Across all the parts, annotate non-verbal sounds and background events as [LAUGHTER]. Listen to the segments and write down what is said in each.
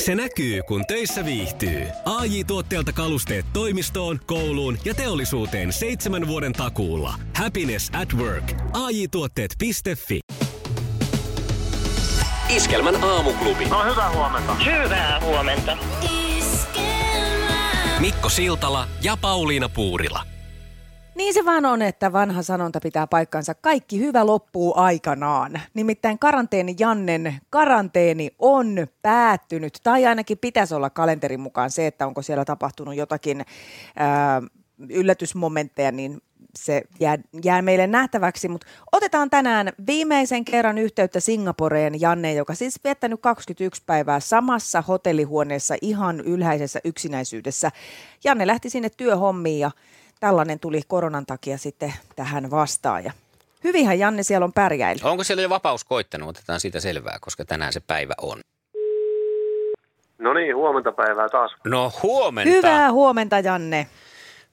Se näkyy, kun töissä viihtyy. ai tuotteelta kalusteet toimistoon, kouluun ja teollisuuteen seitsemän vuoden takuulla. Happiness at work. ai tuotteetfi Iskelmän aamuklubi. No hyvää huomenta. Hyvää huomenta. Mikko Siltala ja Pauliina Puurila. Niin se vaan on, että vanha sanonta pitää paikkansa. Kaikki hyvä loppuu aikanaan. Nimittäin karanteeni Jannen karanteeni on päättynyt. Tai ainakin pitäisi olla kalenterin mukaan se, että onko siellä tapahtunut jotakin ää, yllätysmomentteja, niin se jää, jää meille nähtäväksi. Mutta otetaan tänään viimeisen kerran yhteyttä Singaporeen Janne, joka siis viettänyt 21 päivää samassa hotellihuoneessa ihan ylhäisessä yksinäisyydessä. Janne lähti sinne työhommiin ja tällainen tuli koronan takia sitten tähän vastaan. Ja hyvinhän Janne siellä on pärjäillyt. Onko siellä jo vapaus koittanut? Otetaan siitä selvää, koska tänään se päivä on. No niin, huomenta päivää taas. No huomenta. Hyvää huomenta Janne.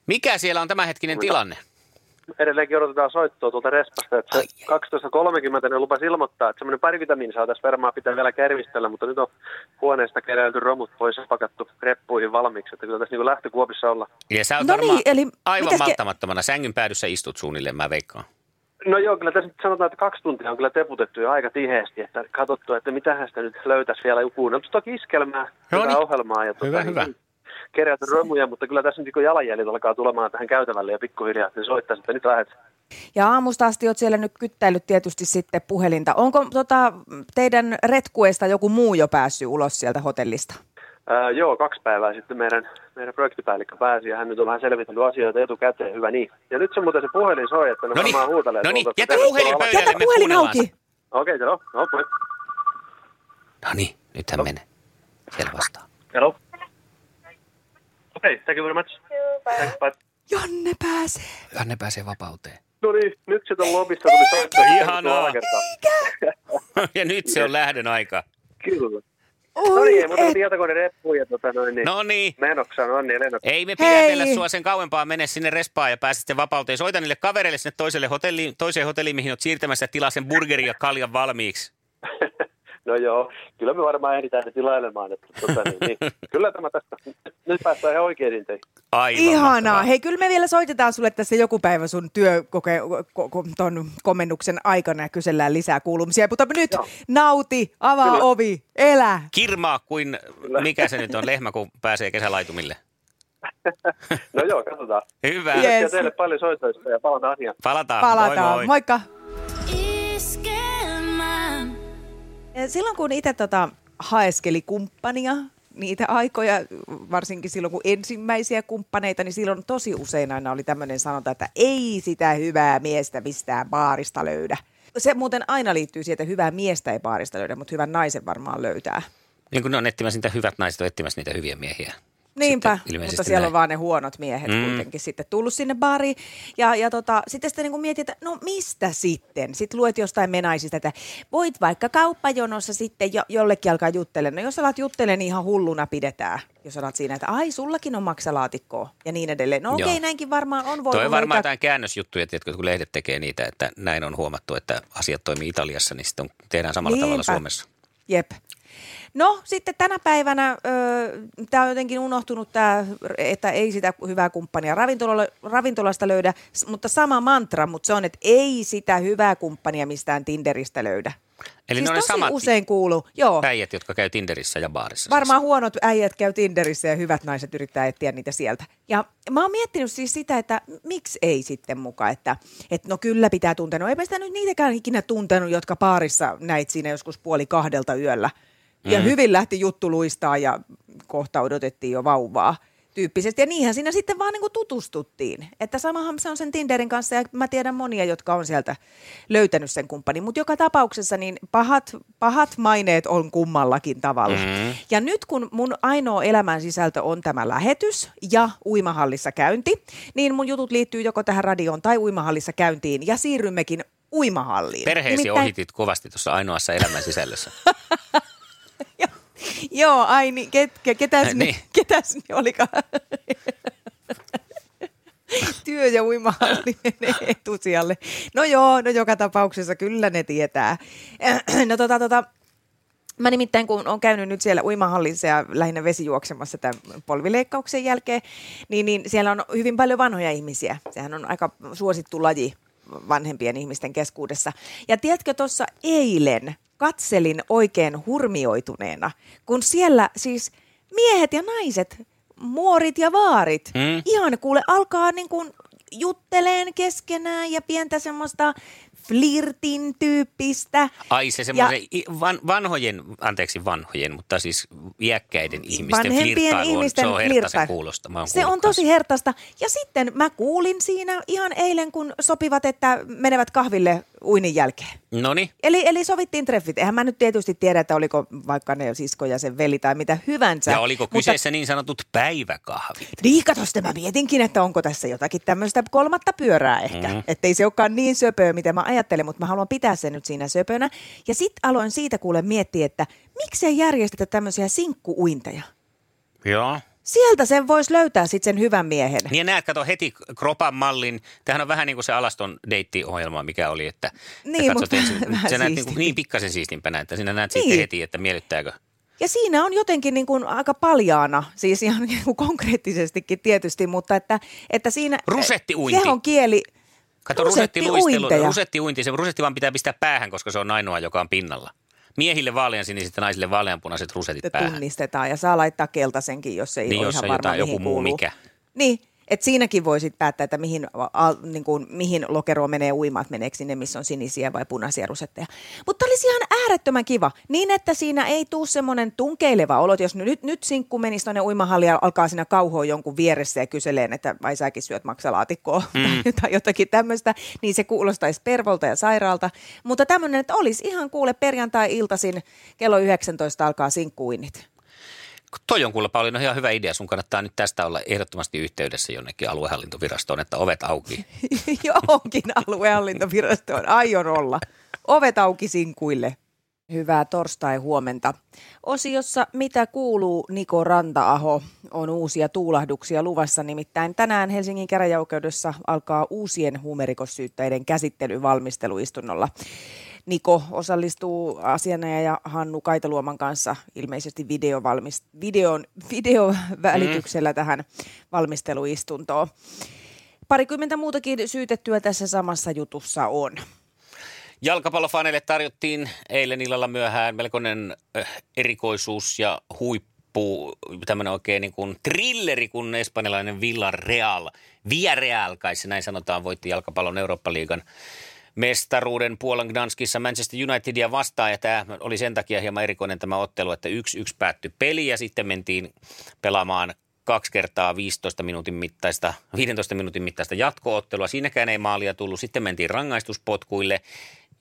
Mikä siellä on tämänhetkinen tilanne? Edelleenkin odotetaan soittoa tuolta respasta. Että se 12.30 ne niin lupas ilmoittaa, että semmoinen pari vitamiinia tässä varmaan pitää vielä kärvistellä, mutta nyt on huoneesta keräilty romut pois ja pakattu reppuihin valmiiksi. Että kyllä tässä niin lähtökuopissa olla. Ja sä oot No varmaan niin, eli aivan mitäs ke- malttamattomana. Sängyn päädyssä istut suunnilleen, mä veikkaan. No joo, kyllä tässä nyt sanotaan, että kaksi tuntia on kyllä teputettu jo aika tiheesti, että katsottu, että mitähän sitä nyt löytäisi vielä joku. No mutta toki iskelmää, No hyvää niin. ohjelmaa. Ja Hyvä, hyvä. niin, Keräilty romuja, mutta kyllä tässä nyt kun jalanjäljet alkaa tulemaan tähän käytävälle ja pikkuhiljaa, että ne soittaisi, että nyt lähdet. Ja aamusta asti oot siellä nyt kyttäillyt tietysti sitten puhelinta. Onko tota, teidän retkuesta joku muu jo päässyt ulos sieltä hotellista? Ää, joo, kaksi päivää sitten meidän, meidän projektipäällikkö pääsi ja hän nyt on vähän selvitellyt asioita etukäteen, hyvä niin. Ja nyt se muuten se puhelin soi, että ne No niin, varmaan huutelee. no niin, tuolta, jätä että puhelin tervetuloa pöydälle. Jätä alakertaan. me puhelin kuunnellaan auki. Okei, okay, joo, no, moi. No niin, nythän menee. Siellä vastaa. Hello. Okei, okay, thank you very much. Thanks, bye. Janne pääsee. Janne pääsee vapauteen. [LAUGHS] No niin, nyt se on lobissa tuli soittaa. Ihanaa. Alakertaan. ja nyt se on lähdön aika. Kyllä. No Oi, niin, mutta et. tietokone reppuun ja tota noin niin. No niin. Menossa on Anni ja Lennart. Ei me Hei. pidätellä sua sen kauempaa, mene sinne respaan ja pääset sitten vapauteen. Soita niille kavereille sinne toiselle hotelliin, toiseen hotelliin, mihin olet siirtämässä, ja tilaa sen burgerin ja kaljan valmiiksi. No joo, kyllä me varmaan ehditään ne tilailemaan. Että, tota, niin, [LAUGHS] niin. Kyllä tämä tästä. Nyt päästään ihan oikein teihin. Aivan Ihanaa. mahtavaa. Hei, kyllä me vielä soitetaan sulle tässä joku päivä sun työkoke- ko- ko- ton komennuksen aikana ja kysellään lisää kuulumisia. Mutta nyt Joo. nauti, avaa Kyllä. ovi, elä. Kirmaa kuin, Kyllä. mikä se nyt on, lehmä, kun pääsee kesälaitumille. No joo, katsotaan. Hyvä. Yes. Kiitoksia teille paljon soitoista ja palataan asiaan. Palataan. Palataan. Moi moi. Moikka. Iskelmä. Eh, Silloin kun itse tota, haeskeli kumppania, niitä aikoja, varsinkin silloin kun ensimmäisiä kumppaneita, niin silloin tosi usein aina oli tämmöinen sanonta, että ei sitä hyvää miestä mistään baarista löydä. Se muuten aina liittyy siihen, että hyvää miestä ei baarista löydä, mutta hyvän naisen varmaan löytää. Niin kun ne on etsimässä niitä hyvät naiset, on etsimässä niitä hyviä miehiä. Niinpä, Sitten ilmeisesti mutta siellä näin. on vaan ne huonot miehet Mm. mm. kuitenkin sitten tullut sinne baariin. Ja, ja tota, sitten sitä niin mietit, että no mistä sitten? Sitten luet jostain menaisista, että voit vaikka kauppajonossa sitten jo, jollekin alkaa juttelemaan. No jos alat juttelemaan, niin ihan hulluna pidetään. Jos alat siinä, että ai sullakin on maksalaatikkoa ja niin edelleen. No okei, Joo. okay, näinkin varmaan on Toi on voinut varmaan löytää jotain käännösjuttuja, tiedätkö, kun lehdet tekee niitä, että näin on huomattu, että asiat toimii Italiassa, niin sitten on- tehdään samalla tavalla Niinpä. Suomessa. Jep. No sitten tänä päivänä tämä on jotenkin unohtunut, tää, että ei sitä hyvää kumppania ravintola, ravintolasta löydä, s- mutta sama mantra, mutta se on, että ei sitä hyvää kumppania mistään Tinderistä löydä. Eli siis ne on ne tosi samat usein kuuluu, joo. äijät, jotka käy Tinderissä ja baarissa. Varmaan huonot äijät käy Tinderissä ja hyvät naiset yrittää etsiä niitä sieltä. Ja mä oon miettinyt siis sitä, että miksi ei sitten muka, että, että no kyllä pitää tuntea. No eipä sitä nyt niitäkään ikinä tuntenut, jotka paarissa näit siinä joskus puoli kahdelta yöllä. Ja mm. hyvin lähti juttu luistaa ja kohta odotettiin jo vauvaa tyyppisesti. Ja niinhän siinä sitten vaan niin tutustuttiin. Että samahan se on sen Tinderin kanssa ja mä tiedän monia, jotka on sieltä löytänyt sen kumppanin. Mutta joka tapauksessa niin pahat, pahat maineet on kummallakin tavalla. Mm. Ja nyt kun mun ainoa elämän sisältö on tämä lähetys ja uimahallissa käynti, niin mun jutut liittyy joko tähän radioon tai uimahallissa käyntiin ja siirrymmekin uimahalliin. Siis Perheesi Nimittäin- ohitit kovasti tuossa ainoassa elämän sisällössä. Joo, ai niin, ket, ke, ketäs, Niin. niin. [LAUGHS] ketäs ne olikaan? Työ ja uimahalli menee [LAUGHS] etusijalle. [CLEARS THROAT] No joo, no joka tapauksessa kyllä ne tietää. No tota, tota, Mä nimittäin, kun olen käynyt nyt siellä uimahallissa ja lähinnä vesijuoksemassa tämän polvileikkauksen jälkeen, niin, niin siellä on hyvin paljon vanhoja ihmisiä. Sehän on aika suosittu laji vanhempien ihmisten keskuudessa. Ja tiedätkö, tuossa eilen katselin oikein hurmioituneena, kun siellä siis miehet ja naiset, muorit ja vaarit, Mm. mm. ihan kuule alkaa niin kuin jutteleen keskenään ja pientä semmoista flirtin tyyppistä. Ai se semmoisen i- van, vanhojen, anteeksi vanhojen, mutta siis iäkkäiden ihmisten Mm, Vanhempien flirttailu, on- ihmisten se on hertaisen flirttailu. kuulosta. Mä oon Se on kuullut tosi kanssa. hertaista. Ja sitten mä kuulin siinä ihan eilen, kun sopivat, että menevät kahville uinin jälkeen. Noniin. Eli, eli sovittiin treffit. Eihän mä nyt tietysti tiedä, että oliko vaikka ne sisko ja sen veli tai mitä hyvänsä. Ja oliko kyseessä niin sanotut päiväkahvit? Niin, katos, mä mietinkin, että onko tässä jotakin tämmöistä kolmatta pyörää ehkä. Mm-hmm. Että ei se olekaan niin söpöä, mitä mä ajattelen, mutta mä haluan pitää sen nyt siinä söpönä. Ja sit aloin siitä kuule miettiä, että miksei järjestetä tämmöisiä sinkkuuinteja. Joo. Sieltä sen voisi löytää sitten sen hyvän miehen. Niin ja näet, kato heti kropan mallin. Tämähän on vähän niin kuin se alaston deittiohjelma, mikä oli, että että Niin, katsot mutta [LAUGHS] ensin, vähän sä näet niin, siistimpänä. kuin, niin pikkasen siistimpänä, että sinä näet Niin. sitten heti, että miellyttääkö. Ja siinä on jotenkin niin kuin aika paljaana, siis ihan [LAUGHS] niin kuin konkreettisestikin tietysti, mutta että, että siinä... eh, Rusettiuinti. Kehon kieli... Kato, rusetti, rusettiuinteja. rusetti uinti, se rusetti vaan pitää pistää päähän, koska se on ainoa, joka on pinnalla. Miehille vaalean siniset ja naisille vaaleanpunaiset rusetit sitten päähän. tunnistetaan ja saa laittaa keltaisenkin, jos ei Niin, ole jos ihan on varma, jotain, mihin joku muu kuuluu. mikä. Niin, että siinäkin voisit päättää, että mihin, a, niin kuin, mihin lokeroon menee uimat, meneekö sinne, missä on sinisiä vai punaisia rusetteja. Mutta olisi ihan äärettömän kiva, niin että siinä ei tuu semmoinen tunkeileva olo, että jos nyt, nyt sinkku menisi tuonne uimahalliin ja alkaa siinä kauhoa jonkun vieressä ja kyseleen, että vai säkin syöt maksalaatikkoa mm. tai jotakin tämmöistä, niin se kuulostaisi pervolta ja sairaalta. Mutta tämmöinen, että olisi ihan kuule perjantai-iltaisin kello 19 alkaa sinkkuinnit. Toi on kuule Pauliina ihan hyvä idea. Sun kannattaa nyt tästä olla ehdottomasti yhteydessä jonnekin aluehallintovirastoon, että ovet auki. [LAUGHS] johonkin aluehallintovirastoon. Aion olla. Ovet auki sinkuille. Hyvää torstai-huomenta. Osiossa Mitä kuuluu, Niko Rantaaho, on uusia tuulahduksia luvassa. Nimittäin tänään Helsingin käräjäoikeudessa alkaa uusien huumerikossyytteiden käsittely valmisteluistunnolla. Niko osallistuu asianajaja Hannu Kaitaluoman kanssa ilmeisesti videovalmis, videon, videovälityksellä mm. tähän valmisteluistuntoon parikymmentä muutakin syytettyä tässä samassa jutussa on. Jalkapallofaneille tarjottiin eilen illalla myöhään melkoinen äh, erikoisuus ja huippu, tämmöinen oikein niin kuin thrilleri, kun espanjalainen Villarreal, Villarreal kai se näin sanotaan, voitti jalkapallon Eurooppa-liigan mestaruuden Puolan Gdanskissa Manchester Unitedia vastaan. Ja tämä oli sen takia hieman erikoinen tämä ottelu, että 1-1 päättyi peli ja sitten mentiin pelaamaan kaksi kertaa 15 minuutin mittaista, 15 minuutin mittaista jatkoottelua. Siinäkään ei maalia tullut. Sitten mentiin rangaistuspotkuille,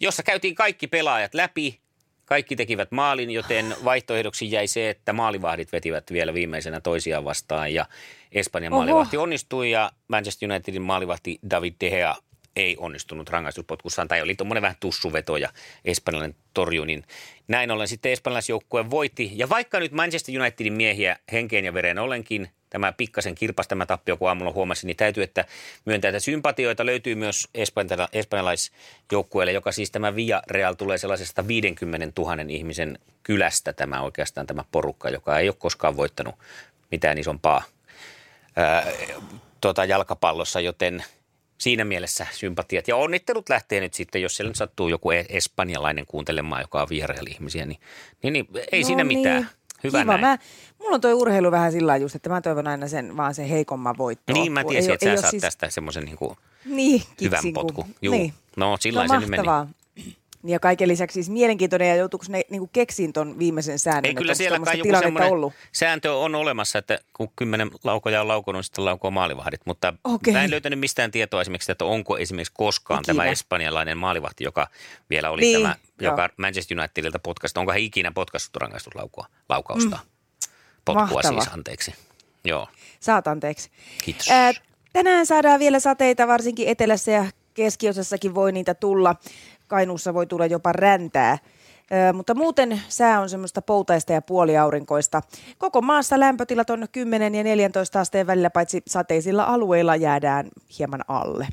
jossa käytiin kaikki pelaajat läpi. Kaikki tekivät maalin, joten vaihtoehdoksi jäi se, että maalivahdit vetivät vielä viimeisenä toisiaan vastaan ja Espanjan Oho. maalivahti onnistui ja Manchester Unitedin maalivahti David De Gea ei onnistunut rangaistuspotkussaan tai oli tuommoinen vähän tussuveto ja espanjalainen torjui, niin näin ollen sitten espanjalaisjoukkue voitti. Ja vaikka nyt Manchester Unitedin miehiä henkeen ja vereen ollenkin, tämä pikkasen kirpas tämä tappio, kun aamulla huomasin, niin täytyy, että myöntää, että sympatioita löytyy myös espanjala- espanjalaisjoukkueelle, joka siis tämä Via Real tulee sellaisesta 50 000 ihmisen kylästä tämä oikeastaan tämä porukka, joka ei ole koskaan voittanut mitään isompaa ää, tota, jalkapallossa, joten siinä mielessä sympatiat. Ja onnittelut lähtee nyt sitten, jos siellä nyt sattuu joku e- espanjalainen kuuntelemaan, joka on vierailla ihmisiä, niin, niin, niin ei no siinä niin. mitään. Hyvä Kiva. näin. Mä, mulla on toi urheilu vähän sillä lailla just, että mä toivon aina sen, vaan sen heikomman voittoa. Niin mä Kun tiesin, ei- että ei sä oo saat siis... tästä semmoisen niin kuin niin, hyvän kitsin, kun- potku. Juu. Niin. No sillä no, se nyt meni. mahtavaa. Ja kaiken lisäksi siis mielenkiintoinen ja joutuuko ne niin keksiin ton viimeisen säännön, Ei Niin kyllä että siellä onko kai tämmöistä joku tilannetta semmoinen ollut. sääntö on olemassa, että kun kymmenen laukoja on laukonut, niin sitten laukoo maalivahdit. Mutta Okei. mä en löytänyt mistään tietoa esimerkiksi, että onko esimerkiksi koskaan Ikinä. tämä espanjalainen maalivahti, joka vielä oli Niin, tämä, joo. joka Manchester Unitedilta potkasta. Onko hän ikinä potkassut rangaistuslaukua, laukausta? Mm. Potkua Mahtavaa. siis, anteeksi. Joo, Saat anteeksi. kiitos. Ää, tänään saadaan vielä sateita, varsinkin etelässä ja keskiosassakin voi niitä tulla. Kainuussa voi tulla jopa räntää. Ää, mutta muuten sää on semmoista poutaista ja puoliaurinkoista. Koko maassa lämpötilat on 10 ja 14 asteen välillä, paitsi sateisilla alueilla jäädään hieman alle.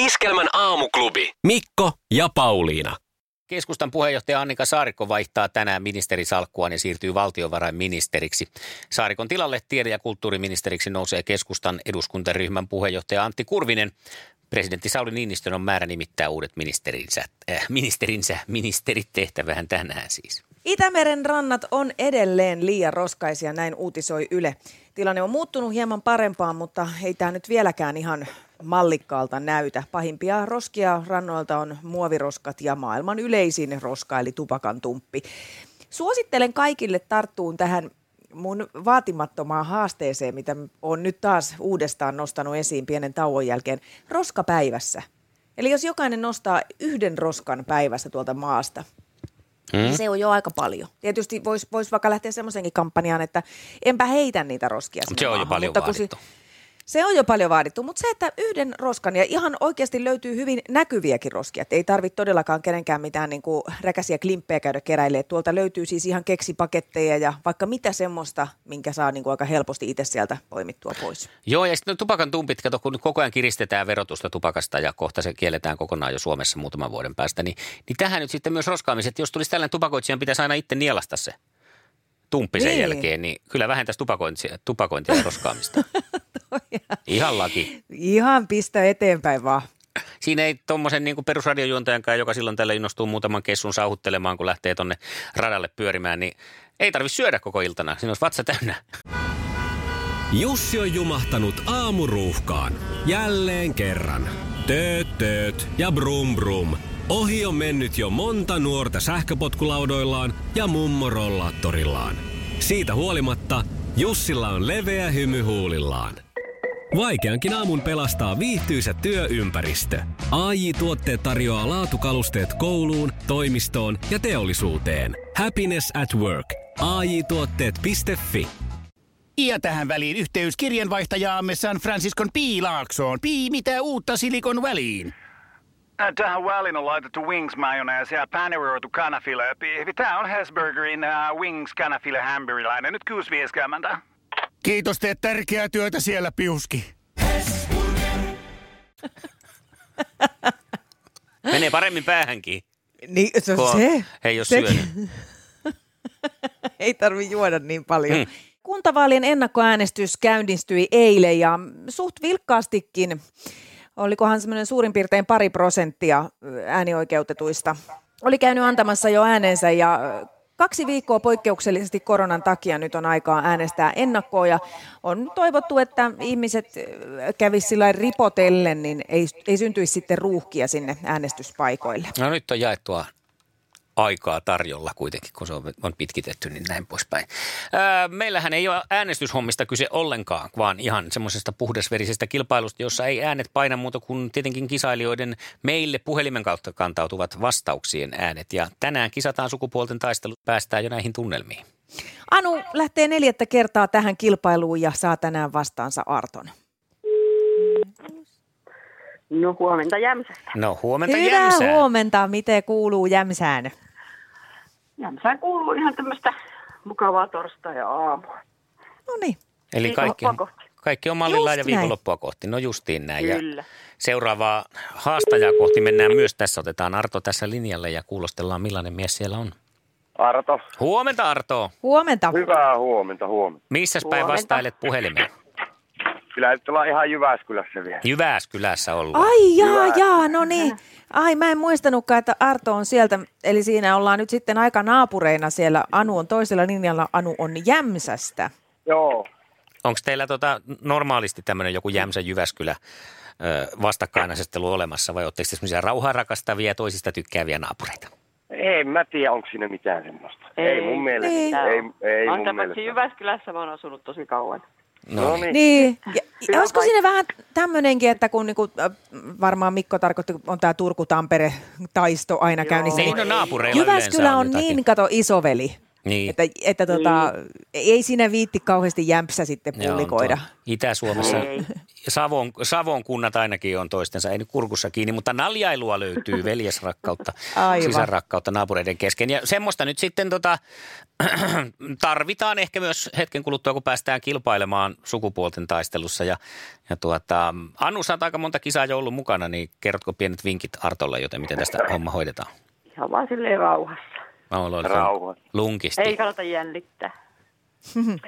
Iskelmän aamuklubi. Mikko ja Pauliina. Keskustan puheenjohtaja Annika Saarikko vaihtaa tänään ministerisalkkuaan ja siirtyy valtiovarainministeriksi. Saarikon tilalle tiede- ja kulttuuriministeriksi nousee keskustan eduskuntaryhmän puheenjohtaja Antti Kurvinen. Presidentti Sauli Niinistön on määrä nimittää uudet ministerinsä, äh, ministerinsä ministerit tehtävään tänään siis. Itämeren rannat on edelleen liian roskaisia, näin uutisoi Yle. Tilanne on muuttunut hieman parempaan, mutta ei tämä nyt vieläkään ihan mallikkaalta näytä. Pahimpia roskia rannoilta on muoviroskat ja maailman yleisin roska eli tupakan tumppi. Suosittelen kaikille tarttuun tähän mun vaatimattomaan haasteeseen, mitä on nyt taas uudestaan nostanut esiin pienen tauon jälkeen, roskapäivässä. Eli jos jokainen nostaa yhden roskan päivässä tuolta maasta, Mm. Se on jo aika paljon. Tietysti voisi vois vaikka lähteä semmoisenkin kampanjaan, että enpä heitä niitä roskia sinne Se on jo maahan, paljon mutta kun vaadittu. se on jo paljon vaadittu, mutta se, että yhden roskan, ja ihan oikeasti löytyy hyvin näkyviäkin roskia, että ei tarvitse todellakaan kenenkään mitään niin kuin räkäsiä klimppejä käydä keräilemään. Tuolta löytyy siis ihan keksipaketteja ja vaikka mitä semmoista, minkä saa niin kuin aika helposti itse sieltä poimittua pois. Joo, ja sitten no tupakan tumpit, kato, kun nyt koko ajan kiristetään verotusta tupakasta ja kohta se kielletään kokonaan jo Suomessa muutaman vuoden päästä, niin, niin tähän nyt sitten myös roskaamiset, jos tulisi tällainen tupakoitsijan, pitäisi aina itse nielasta se tumppi sen Niin. jälkeen, niin kyllä vähentäisi tupakointia, tupakointia ja [LAUGHS] roskaamista. Ihan laki. Ihan pistä eteenpäin vaan. Siinä ei tuommoisen niin perusradiojuontajankaan, joka silloin tällä innostuu muutaman kessun sauhuttelemaan, kun lähtee tonne radalle pyörimään, niin ei tarvitse syödä koko iltana. Siinä olisi vatsa täynnä. Jussi on jumahtanut aamuruuhkaan. Jälleen kerran. Tööt, tööt ja brum brum. Ohi on mennyt jo monta nuorta sähköpotkulaudoillaan ja mummorollaattorillaan. Siitä huolimatta Jussilla on leveä hymy huulillaan. Vaikeankin aamun pelastaa viihtyisä työympäristö. AI-tuotteet tarjoaa laatukalusteet kouluun, toimistoon ja teollisuuteen. Happiness at work. AJ-tuotteet.fi. Ja tähän väliin yhteys kirjanvaihtajaamme San Franciscon P. Laaksoon. Pii, mitä uutta Silikon väliin? Ä, Äh, Tähän väliin on laitettu wings mayonnaise ja paneroitu kanafila. Tämä on Hesburgerin uh, wings kanafila hamburilainen. Nyt 6.50. Kiitos, teet tärkeää työtä siellä, Piuski. Menee paremmin päähänkin. Niin, se, kun on- se, Ei ole sekin. syönyt. ei tarvi juoda niin paljon. Mm. Mm. Kuntavaalien ennakkoäänestys käynnistyi eilen ja suht vilkkaastikin, olikohan semmoinen suurin piirtein pari prosenttia äänioikeutetuista, oli käynyt antamassa jo äänensä ja ö, kaksi viikkoa poikkeuksellisesti koronan takia nyt on aikaa äänestää ennakkoa ja on toivottu, että ihmiset kävisivät sillä lailla ripotellen, niin ei, ei syntyisi sitten ruuhkia sinne äänestyspaikoille. No nyt on jaettua aikaa tarjolla kuitenkin, kun se on, on pitkitetty, niin näin poispäin. Ää, meillähän ei ole äänestyshommista kyse ollenkaan, vaan ihan semmoisesta puhdasverisestä kilpailusta, jossa ei äänet paina muuta kuin tietenkin kisailijoiden meille puhelimen kautta kantautuvat vastauksien äänet. Ja tänään kisataan sukupuolten taistelu, päästään jo näihin tunnelmiin. Anu lähtee neljättä kertaa tähän kilpailuun ja saa tänään vastaansa Arton. No huomenta Jämsästä. No huomenta Hyvää Jämsää. huomenta, miten kuuluu Jämsään? Jämsään kuuluu ihan tämmöistä mukavaa torstai aamua. No niin, Eli kaikki, Viikonloppua kohti. kaikki on Just mallillaan ja näin. viikonloppua kohti. No justiin näin. Ja Kyllä. seuraavaa haastajaa kohti mennään myös tässä. Otetaan Arto tässä linjalle ja kuulostellaan millainen mies siellä on. Arto, Huomenta Arto. huomenta. hyvää huomenta, huomenta. Missäs päin Huomenta. vastailet puhelimeen? Kyllä nyt ollaan ihan Jyväskylässä vielä. Jyväskylässä ollaan. Ai jaa, jaa, no niin. Ai mä en muistanutkaan, että Arto on sieltä, eli siinä ollaan nyt sitten aika naapureina siellä. Anu on toisella linjalla, Anu on Jämsästä. Joo, Onko teillä tota, normaalisti tämmöinen joku Jämsä Jyväskylä ö, vastakkainasettelu olemassa vai oletteko te semmoisia rauhaa rakastavia ja toisista tykkääviä naapureita? en mä tiedä, onko siinä mitään semmoista. Ei, ei mun mielestä. Ei. ei, ei Mä oon mun tämän mielestä. Niin. Jyväskylässä, mä oon asunut tosi kauan. No niin. Niin, ja, ja Hyvä olisiko paikka. siinä vähän tämmöinenkin, että kun niinku, äh, varmaan Mikko tarkoitti, kun on tämä Turku-Tampere-taisto aina käynnissä. Niin, no naapureilla Jyväskylä yleensä on jotakin. niin, kato, isoveli. Niin. Että, että tota, Niin. ei siinä viitti kauheasti jämpsä sitten Ne on pullikoida. tuo- Itä-Suomessa. Savon, Savon kunnat ainakin on toistensa, ei nyt kurkussa kiinni, mutta naljailua löytyy, veljesrakkautta, [LAUGHS] Aivan. sisarrakkautta naapureiden kesken. Ja semmoista nyt sitten tota, [CLEARS THROAT] tarvitaan ehkä myös hetken kuluttua, kun päästään kilpailemaan sukupuolten taistelussa. Ja, ja tuota, Anu, sä oot aika monta kisaa jo ollut mukana, niin kerrotko pienet vinkit Artolle, joten miten tästä homma hoidetaan? Ihan vaan silleen rauhassa. Rauha. Lunkisti. Ei kannata jännittää.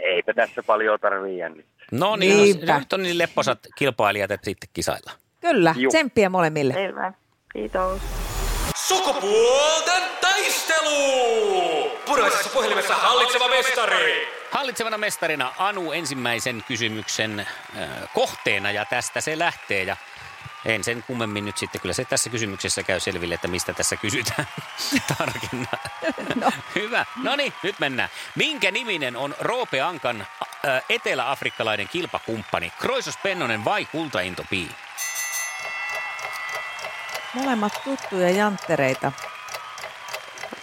Eipä tässä paljon tarvii jännittää. No niin, Niinpä. no, nyt on niin lepposat kilpailijat, että sitten kisaillaan. Kyllä, Juu. tsemppiä molemmille. Selvä. Kiitos. Sukupuolten taistelu! Puraisessa puhelimessa hallitseva mestari. Hallitsevana mestarina Anu ensimmäisen kysymyksen äh, kohteena ja tästä se lähtee ja en sen kummemmin nyt sitten. Kyllä se tässä kysymyksessä käy selville, että mistä tässä kysytään [LAUGHS] tarkenna. No. Hyvä. No niin, nyt mennään. Minkä niminen on Roope Ankan äh, eteläafrikkalainen kilpakumppani? Kroisos Pennonen vai Kultainto Pii? Molemmat tuttuja janttereita.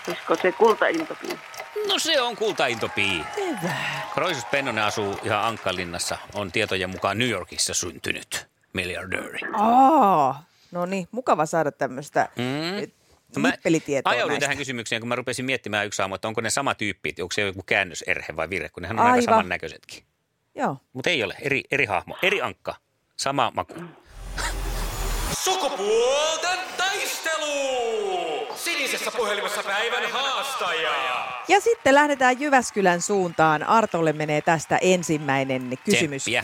Olisiko se kultaintokin? No se on Kultainto Pii. Hyvä. Kroisus Pennonen asuu ihan Ankkalinassa, on tietojen mukaan New Yorkissa syntynyt miljardööri. Aa, no niin, mukava saada tämmöistä mm. No nippelitietoa ajauduin näistä. tähän kysymykseen, kun mä rupesin miettimään yksi aamu, että onko ne sama tyyppi, että onko se joku käännöserhe vai virhe, kun nehän on Aivan. aika Aivan. samannäköisetkin. Joo. Mutta ei ole, eri, eri hahmo, eri ankka, sama maku. Sukupuolten taistelu! Sinisessä puhelimessa päivän haastaja. Ja sitten lähdetään Jyväskylän suuntaan. Artolle menee tästä ensimmäinen kysymys. Tsemppiä.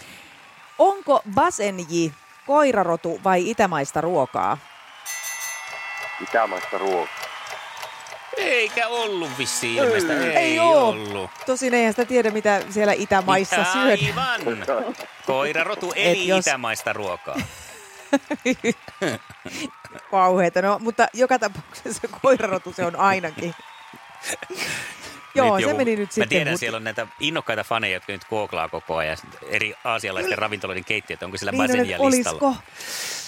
Onko basenji koirarotu vai itämaista ruokaa? Itämaista ruokaa. Eikä ollut vissiin ilmeistä, ei, ei Mm. oo. ollut. Tosin eihän sitä tiedä, mitä siellä itämaissa syödään. Aivan. Koirarotu eli Et jos... jos- itämaista ruokaa. Kauheeta. No, mutta joka tapauksessa koirarotu se on [LAUGHS] ainakin. [LAUGHS] Joo, Nyt se meni nyt sitten. Mä tiedän, mut- siellä on näitä innokkaita faneja, jotka nyt kooklaa koko ajan eri aasialaisten ravintoloiden keittiöt. Onko sillä niin on, basenia että listalla? olisiko?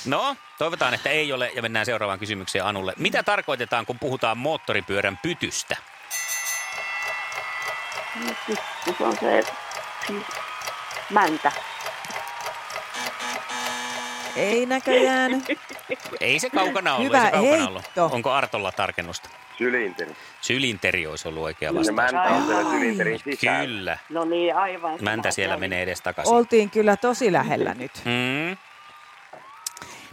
No, toivotaan, että ei ole ja mennään seuraavaan kysymykseen Anulle. Mitä tarkoitetaan, kun puhutaan moottoripyörän pytystä? Nyt se on se siis, mäntä. Ei [LAUGHS] näköjään. Ei se kaukana ollut, Hyvä ei se kaukana heitto. ollut. Onko Artolla tarkennusta? Sylinteri. Sylinteri olisi ollut oikea Se vastaus. mäntä on siellä Ai. sylinterin sisällä. Kyllä, No niin, aivan. mäntä siellä menee edes takaisin. Oltiin kyllä tosi lähellä nyt. Mm.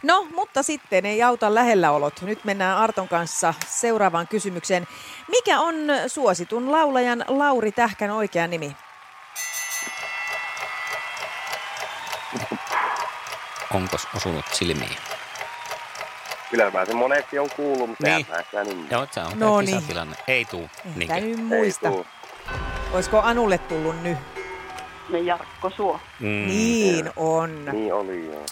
No, mutta sitten ei auta lähelläolot. Nyt mennään Arton kanssa seuraavaan kysymykseen. Mikä on suositun laulajan Lauri Tähkän oikea nimi? Onko osunut silmiin? Kyllä mä sen monesti on kuullut, mutta Niin. niin. mä sitä niin. Joo, se on No no niin. niin. kisatilanne. Ei tuu. Ehkä Niinkö? nyt muista. Ei tuu. Olisiko Anulle tullut nyt? Ne Jarkko Suo. Mm. Niin on. Niin oli joo.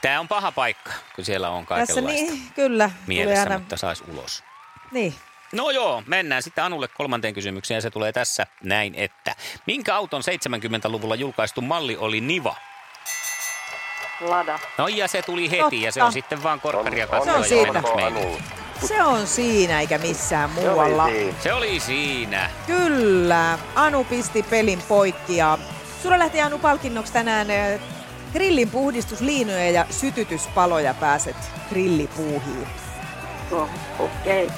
Tämä on paha paikka, kun siellä on Tässä kaikenlaista niin, kyllä. Tulee mielessä, aina, mutta saisi ulos. niin. No joo, mennään sitten Anulle kolmanteen kysymykseen ja se tulee tässä näin, että minkä auton 70-luvulla julkaistu malli oli Niva? Lada. No ja se tuli heti ja se Totta. on sitten vaan korkkaria On- on- katsoa on siitä. ja mennä meille. Anu. Se on siinä eikä missään muualla. Se oli siinä. Se oli siinä. Kyllä. Anu pisti pelin poikki ja sulla lähtee Anu palkinnoksi tänään ö, grillin puhdistusliinoja ja sytytyspaloja pääset grillipuuhiin. Joo, Okei. Okay.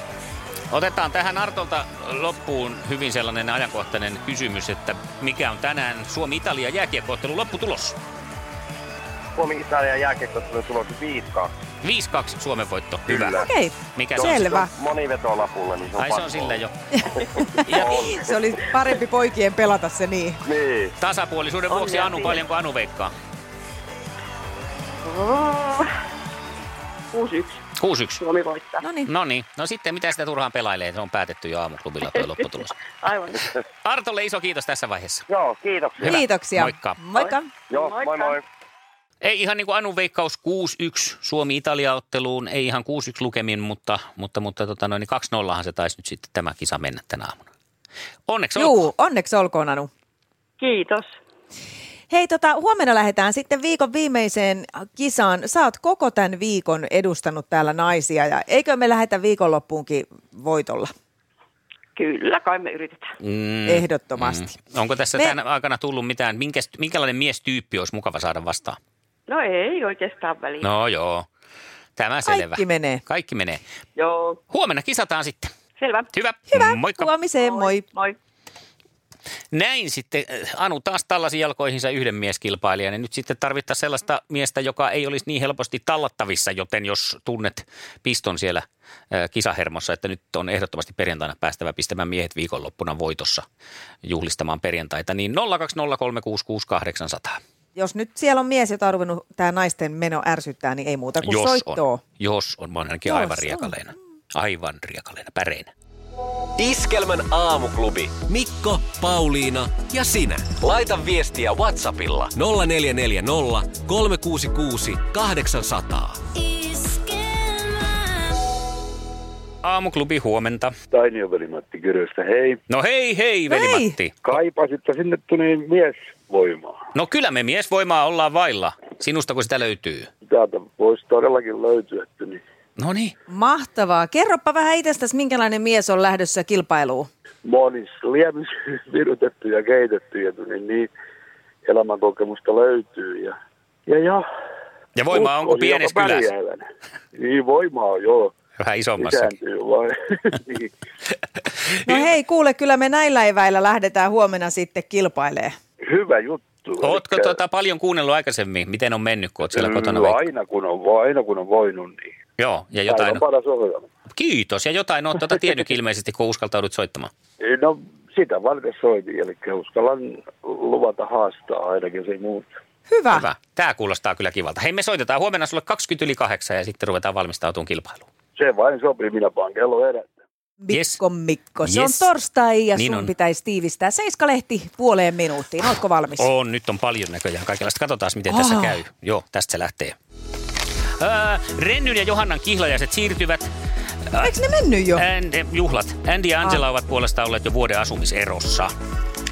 Otetaan tähän Artolta loppuun hyvin sellainen ajankohtainen kysymys, että mikä on tänään Suomi-Italia jääkiekkoottelun lopputulos? Suomi Italia jääkiekkoottelun tulos 5-2. 5-2 Suomen voitto. Hyvä. Kyllä. Okei, Mikä se on? selvä. [LAUGHS] Monivetoolapulla, niin se on Ai se on pakko. sillä jo. On. Se oli parempi poikien pelata se niin. Niin. Tasapuolisuuden On vuoksi ja Anu, siinä. paljonko Anu veikkaa? 6-1. 6-1. Suomi voittaa. No niin, No niin, no sitten mitä sitä turhaan pelailee, se on päätetty jo [LAUGHS] aamuklubilla toi lopputulos. Aivan. Artolle iso kiitos tässä vaiheessa. Joo, kiitoksia. Hyvä. kiitoksia. Moikka. Moikka. Joo, moi moi. Ei ihan niin kuin Anun veikkaus 6-1 Suomi-Italia-otteluun, ei ihan 6-1 lukemin, mutta, mutta, mutta tota noin, niin 2-0han se taisi nyt sitten tämä kisa mennä tänä aamuna. Onneksi olkoon. Juu, onneksi olkoon Anu. Kiitos. Hei, tota, huomenna lähdetään sitten viikon viimeiseen kisaan. Sä oot koko tämän viikon edustanut täällä naisia ja eikö me lähetä viikonloppuunkin voitolla? Kyllä, kai me yritetään. Mm, Ehdottomasti. mm. Onko tässä Me... Me- tämän aikana tullut mitään, minkä, minkälainen miestyyppi olisi mukava saada vastaan? No ei oikeastaan väliä. No joo, tämä selvä. Kaikki menee. Kaikki menee. Joo. Huomenna kisataan sitten. Selvä. Hyvä. Hyvä, Moikka. huomiseen, moi. Moi. Näin sitten äh, Anu taas tallasi jalkoihinsa yhden mieskilpailijan ja nyt sitten tarvittaisiin sellaista miestä, joka ei olisi niin helposti tallattavissa, joten jos tunnet piston siellä äh, kisahermossa, että nyt on ehdottomasti perjantaina päästävä pistämään miehet viikonloppuna voitossa juhlistamaan perjantaita, niin 020366800. Jos nyt siellä on mies, jota on ruvennut tämä naisten meno ärsyttää, niin ei muuta kuin Jos soittoa. on, jos on, mä oon ainakin Jos aivan on. riekaleena. Aivan riekaleena, päreinä. Iskelmän aamuklubi. Mikko, Pauliina ja sinä. Laita viestiä Whatsappilla. 0440 366 800. Aamuklubi huomenta. Tainio Matti Kyröstä, hei. No hei, hei, No veli hei. Matti. Kaipasitte sinne tuli niin mies voimaa. No kyllä me miesvoimaa ollaan vailla. Sinusta kun sitä löytyy. Täältä voisi todellakin löytyä. Että niin. No niin. Mahtavaa. Kerropa vähän itsestäsi, minkälainen mies on lähdössä kilpailuun. monis liemis virutettu ja keitetty ja niin, niin elämänkokemusta löytyy. Ja, ja, ja. Ja voimaa onko Oli pienessä joka kylässä? pärjäävänä. Niin voimaa on, joo. Vähän isommassakin. Lisääntyy [LAUGHS] vaan. niin. Niin. No hei, kuule, kyllä me näillä eväillä lähdetään huomenna sitten kilpailemaan. Hyvä juttu. Ootko Elikkä tota paljon kuunnellut aikaisemmin? Miten on mennyt, kun oot siellä kotona? kyllä vai- Aina kun on, vo- aina kun on voinut, niin Joo, ja aivan jotain. paras ohjelma. Kiitos, ja jotain oot tota tiennyt ilmeisesti, kun uskaltaudut soittamaan. No sitä varten soitin, eli uskallan luvata haastaa ainakin se muuta. Hyvä. Hyvä. Tää kuulostaa kyllä kivalta. Hei, me soitetaan huomenna sulle 20 yli 8 ja sitten ruvetaan valmistautumaan kilpailuun. Se vain sopii, minä vaan kello herättää. Yes. Mikko, Mikko. Se Yes. on torstai ja Niin sun on. pitäisi tiivistää seiskalehti puoleen minuuttiin. Ootko valmis? On, nyt on paljon näköjään kaikenlaista. Katsotaan, miten tässä Ah. käy. Joo, tästä se lähtee. Öö, Rennyn ja Johannan kihlajaiset siirtyvät. Eikö ne mennyt jo? And, eh, juhlat. Andy ja Angela ovat puolestaan olleet jo vuoden asumiserossa.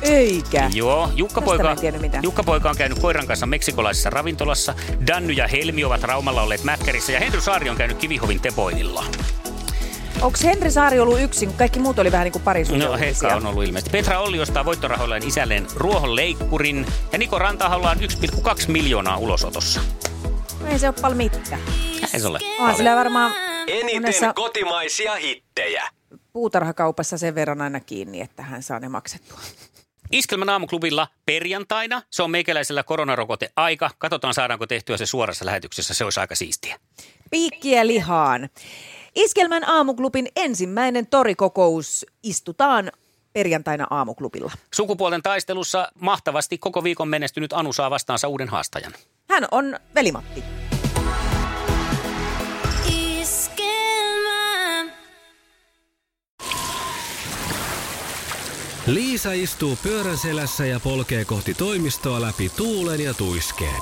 Eikä. Joo, Tästä mä Jukka-poika, en tiennyt mitään. Jukka-poika on käynyt koiran kanssa meksikolaisessa ravintolassa. Danny ja Helmi ovat Raumalla olleet mäkkärissä ja Henry Saari on käynyt Kivihovin tepoililla. Onko Henri Saari ollut yksin, kun kaikki muut oli vähän niin kuin parisuhteessa? No Hekka on ollut ilmeisesti. Petra Olli ostaa voittorahoillaan isälleen ruohonleikkurin ja Niko Rantaholla on 1,2 miljoonaa ulosotossa. Ei se ole paljon mitään. Ei se ole. Onhan sillä varmaan Eniten monessa kotimaisia hittejä. puutarhakaupassa sen verran aina kiinni, että hän saa ne maksettua. Iskelmän aamuklubilla perjantaina. Se on meikäläisellä koronarokoteaika. Katsotaan saadaanko tehtyä se suorassa lähetyksessä. Se olisi aika siistiä. Piikkiä lihaan. Iskelmän aamuklubin ensimmäinen torikokous istutaan perjantaina aamuklubilla. Sukupuolten taistelussa mahtavasti koko viikon menestynyt Anu saa vastaansa uuden haastajan. Hän on velimatti. Liisa istuu pyörän selässä ja polkee kohti toimistoa läpi tuulen ja tuiskeen.